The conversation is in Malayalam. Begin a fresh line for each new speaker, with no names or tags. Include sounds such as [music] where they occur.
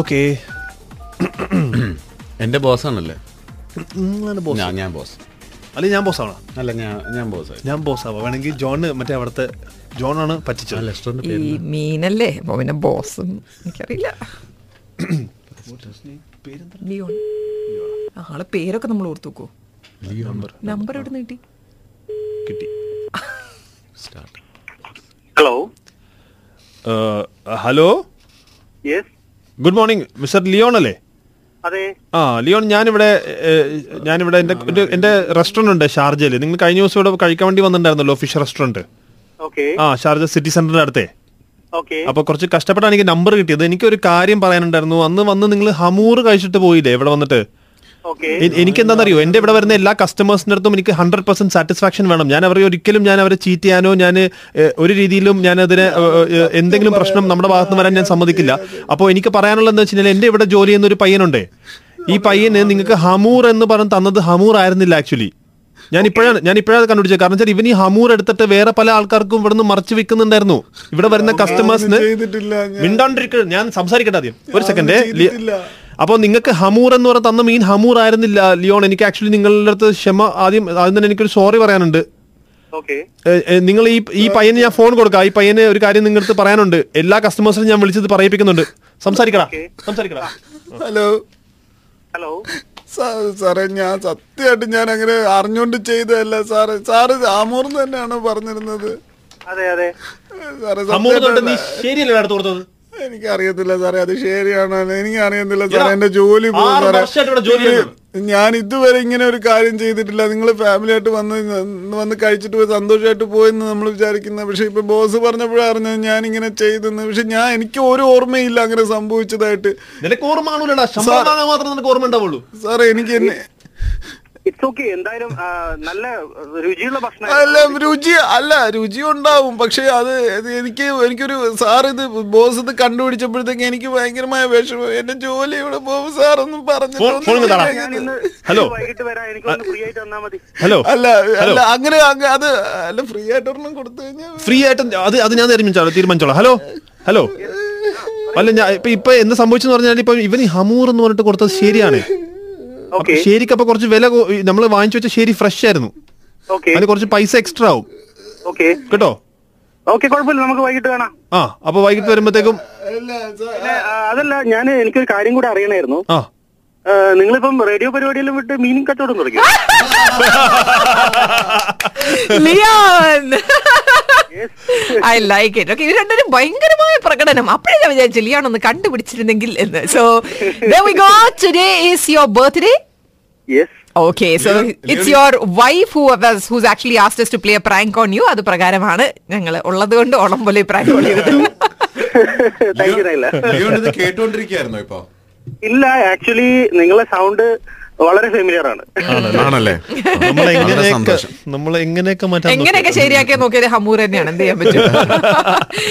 ഓക്കെ
എൻ്റെ ബോസാണല്ലേ
നിങ്ങളാണ് ബോസ്
ഞാൻ ഞാൻ ബോസ്
അല്ലെങ്കിൽ ഞാൻ ബോസാണ്
അല്ല ഞാൻ ഞാൻ ബോസ്
ഞാൻ ബോസാവാ വേണമെങ്കിൽ ജോണ് മറ്റേ അവിടുത്തെ ജോണാണ് പറ്റിച്ചത്
റെസ്റ്റോറൻറ്റ്
ഈ മീനല്ലേ അപ്പൊ പിന്നെ ബോസും എനിക്കറിയില്ല ലിയോൺ ആളെ പേരൊക്കെ നമ്മൾ ഓർത്തു വെക്കോ
നമ്പർ
നമ്പർ എവിടെ നിന്ന് കിട്ടി
കിട്ടി
start
hello
eh, hello
yes
good morning mister Leon അല്ലേ
അതെ
ആ ലിയോൺ ഞാനിവിടെ ഏഹ്, ഞാനിവിടെ എൻ്റെ ഒരു- എൻ്റെ റെസ്റ്റോറൻ്റ് ഉണ്ട് ഷാർജയിൽ നിങ്ങൾ കഴിഞ്ഞ ദിവസം ഇവിടെ കഴിക്കാൻ വേണ്ടി വന്നിട്ടുണ്ടായിരുന്നല്ലോ ഫിഷ് റെസ്റ്റോറൻറ്റ്
ഓക്കെ
ആ ഷാർജ സിറ്റി സെന്ററിന്റെ അടുത്തേ
ഓക്കെ
അപ്പൊ കുറച്ച് കഷ്ടപ്പെട്ടാണ് എനിക്ക് നമ്പർ കിട്ടിയത് എനിക്ക് ഒരു കാര്യം പറയാനുണ്ടായിരുന്നു അന്ന് വന്ന് നിങ്ങൾ ഹമൂർ കഴിച്ചിട്ട് പോയില്ലേ ഇവിടെ വന്നിട്ട്
ഓക്കെ
എ- എനിക്കെന്താണെന്നറിയോ എൻ്റെ ഇവിടെ വരുന്ന എല്ലാ കസ്റ്റമേഴ്സിൻ്റെ അടുത്തും എനിക്ക് ഹൺഡ്രഡ് പെർസെന്റ് സാറ്റിസ്ഫാക്ഷൻ വേണം ഞാൻ അവരെ ഒരിക്കലും ഞാൻ അവരെ ചീറ്റ് ചെയ്യാനോ ഞാൻ ഒരു രീതിയിലും ഞാൻ അതിന് ഏ, ഏ, എന്തെങ്കിലും പ്രശ്നം നമ്മുടെ ഭാഗത്ത് നിന്ന് വരാൻ ഞാൻ സമ്മതിക്കില്ല അപ്പോൾ എനിക്ക് പറയാനുള്ളതെന്ന് വെച്ച് കഴിഞ്ഞാൽ എൻ്റെ ഇവിടെ ജോലി ചെയ്യുന്ന ഒരു പയ്യനുണ്ട് ഈ പയ്യന് നിങ്ങൾക്ക് ഹമൂർ എന്ന് പറഞ്ഞ് തന്നത് ഹമൂർ ആയിരുന്നില്ല ആക്ച്വലി ഞാൻ ഇപ്പോഴാണ് ഞാൻ ഇപ്പോഴാണ് കണ്ടുപിടിച്ചത് കാരണം വെച്ചാൽ ഇവൻ ഈ ഹമൂർ എടുത്തിട്ട് വേറെ പല ആൾക്കാർക്കും ഇവിടെ നിന്ന് മറച്ചു വെക്കുന്നുണ്ടായിരുന്നു ഇവിടെ വരുന്ന കസ്റ്റമേഴ്സിന്
ചെയ്തിട്ടില്ല ഞാൻ.
മിണ്ടാണ്ടിരിക്കുക ഞാൻ സംസാരിക്കട്ടെ ആദ്യം ഒരു
ഞാൻ
സെക്കൻഡ്
ചെയ്തിട്ടില്ല.
അപ്പോൾ നിങ്ങൾക്ക് ഹമൂർ എന്ന് പറഞ്ഞ തന്ന മീൻ ഹമൂർ ആയിരുന്നില്ല ലിയോൺ എനിക്ക് ആക്ച്വലി നിങ്ങളുടെ അടുത്ത് ക്ഷമ ആദ്യം ആദ്യം തന്നെ എനിക്കൊരു സോറി പറയാനുണ്ട്
ഓക്കെ
ഏ, ഏ, നിങ്ങൾ ഈ ഈ പയ്യന് ഞാൻ ഫോൺ കൊടുക്കാം ഈ പയ്യന് ഒരു കാര്യം നിങ്ങളുടെ അടുത്ത് പറയാനുണ്ട് എല്ലാ കസ്റ്റമേഴ്സിനും ഞാൻ വിളിച്ചത് പറയിപ്പിക്കുന്നുണ്ട് സംസാരിക്കടാ
Okay.
സംസാരിക്കടാ
ഹലോ
ഹലോ
സാ- സാറേ ഞാൻ സത്യമായിട്ട് ഞാൻ അങ്ങനെ അറിഞ്ഞോണ്ട് ചെയ്തതല്ല സാറ് സാറ് ആമൂർന്ന് തന്നെയാണ് പറഞ്ഞിരുന്നത്
അതെ അതെ
സാറേ
ഹമൂർ എന്ന് പറഞ്ഞിട്ട്
സത്യമായിട്ടല്ല.
നീ ശരിയല്ലേ അടുത്ത് കൊടുത്തത്
എനിക്ക് അറിയത്തില്ല സാറേ അത് ശരിയാണോ എനിക്ക് അറിയത്തില്ല സാറേ
എടാ,
എന്റെ ജോലി പോകും
ആറ്
സാറേ.
വർഷമായിട്ട് ഇവിടെ ജോലി
ഇത്
ചെയ്യുന്നു.
ഞാൻ ഇതുവരെ ഇങ്ങനെ ഒരു കാര്യം ചെയ്തിട്ടില്ല നിങ്ങൾ ഫാമിലി ആയിട്ട് വന്ന് ന- വന്ന് കഴിച്ചിട്ട് പോയി സന്തോഷമായിട്ട് പോയെന്ന് നമ്മൾ വിചാരിക്കുന്ന പക്ഷെ ഇപ്പൊ ബോസ് പറഞ്ഞപ്പോഴാണ് അറിഞ്ഞത് ഞാൻ ഇങ്ങനെ ചെയ്തെന്ന് പക്ഷെ ഞാൻ എനിക്ക് ഒരു ഓർമ്മയില്ല അങ്ങനെ സംഭവിച്ചതായിട്ട്
നിനക്ക് ഓർമ്മ കാണൂലടാ ശമ്പളം വാങ്ങാൻ മാത്രം നിനക്ക് ഓർമ്മ ഉണ്ടാവുള്ളൂ
സാറേ എനിക്ക് എന്നെ
ഇറ്റ്സ് ഓക്കെ എന്തായാലും ആ, നല്ല രുചിയുള്ള ഭക്ഷണം
അല്ല രുചി അല്ല രുചി ഉണ്ടാവും പക്ഷെ അത് ഇത് എനിക്ക് എനിക്കൊരു സാർ ഇത് ബോസ് ഇത് കണ്ടുപിടിച്ചപ്പോഴത്തേക്ക് എനിക്ക് ഭയങ്കരമായ വിഷമം എന്റെ ജോലി ഇവിടെ പോകും സാർ ഒന്നും
ഫോൺ- ഫോൺ ഇങ്ങ് താടാ.
ഞാൻ ഇന്ന്
പറഞ്ഞു
ഹലോ.
വൈകിട്ട് വരാം എനിക്കൊന്ന് ഫ്രീ ആയിട്ട് തന്നാ മതി
ഹലോ
അല്ല അല്ല അങ്ങനെ അങ്ങ് അത് അല്ല ഫ്രീ ആയിട്ട് ഒരെണ്ണം കൊടുത്തു കഴിഞ്ഞാൽ
ഫ്രീ ആയിട്ട് അത് അത് ഞാൻ തീരുമാനിച്ചോളാം തീരുമാനിച്ചോളാം ഹലോ ഹലോ അല്ല ഞാൻ ഇപ്പൊ ഇപ്പൊ എന്ത് സംഭവിച്ചെന്ന് പറഞ്ഞാൽ ഇപ്പൊ ഇവൻ ഈ ഹമൂർ എന്ന് പറഞ്ഞിട്ട് കൊടുത്തത് ശരിയാണ്
ഓക്കെ
ശരിക്ക് അപ്പൊ കുറച്ച് വില നമ്മൾ വാങ്ങിച്ചു വെച്ച ശരി ഫ്രഷ് ആയിരുന്നു
ഓക്കെ
അതിന് കുറച്ച് പൈസ എക്സ്ട്രാ ആവും
ഓക്കെ
കേട്ടോ
ഓക്കെ കുഴപ്പമില്ല നമുക്ക് വൈകിട്ട് കാണാം
ആ അപ്പൊ വൈകിട്ട് വരുമ്പത്തേക്കും
അല്ല സാർ
പിന്നെ ആ, അതല്ല ഞാൻ എനിക്കൊരു കാര്യം കൂടെ അറിയണമായിരുന്നു
ആ
ആ, നിങ്ങളിപ്പം റേഡിയോ പരിപാടിയിലും വിട്ട് മീനിങ് കച്ചവടം തുടങ്ങി
Leon I like it okay ഇവർ രണ്ടുപേരും ഭയങ്കരമായ പ്രകടനം അപ്പോഴേ ഞാൻ വിചാരിച്ചു ലിയോൺ ഒന്ന് കണ്ടുപിടിച്ചിരുന്നെങ്കിൽ എന്ന് so we go today is your birthday
[laughs] yes
okay so it's your wife who whose actually asked to play a prank on you അത് പ്രകാരമാണ് ഞങ്ങൾ ഉള്ളത് കൊണ്ട് ഓളം പോലെ പ്രാങ്ക് ചെയ്തത്
താങ്ക് യു നൈല
[laughs]
ലിയോൺ ഇത് കേട്ടോണ്ടിരിക്കായിരുന്നോ ഇപ്പൊ
ഇല്ല ആക്ച്വലി നിങ്ങളെ സൗണ്ട് വളരെ ഫെമിലിയർ ആണ്
ആണല്ലേ
നമ്മൾ എങ്ങനെയൊക്കെ
സന്തോഷം.
നമ്മൾ എങ്ങനെയൊക്കെ മാറ്റാൻ നോക്കി.
എങ്ങനെയൊക്കെ ശരിയാക്കിയാൽ നോക്കിയത് ഹമൂർ തന്നെയാണ് എന്ത് ചെയ്യാൻ പറ്റും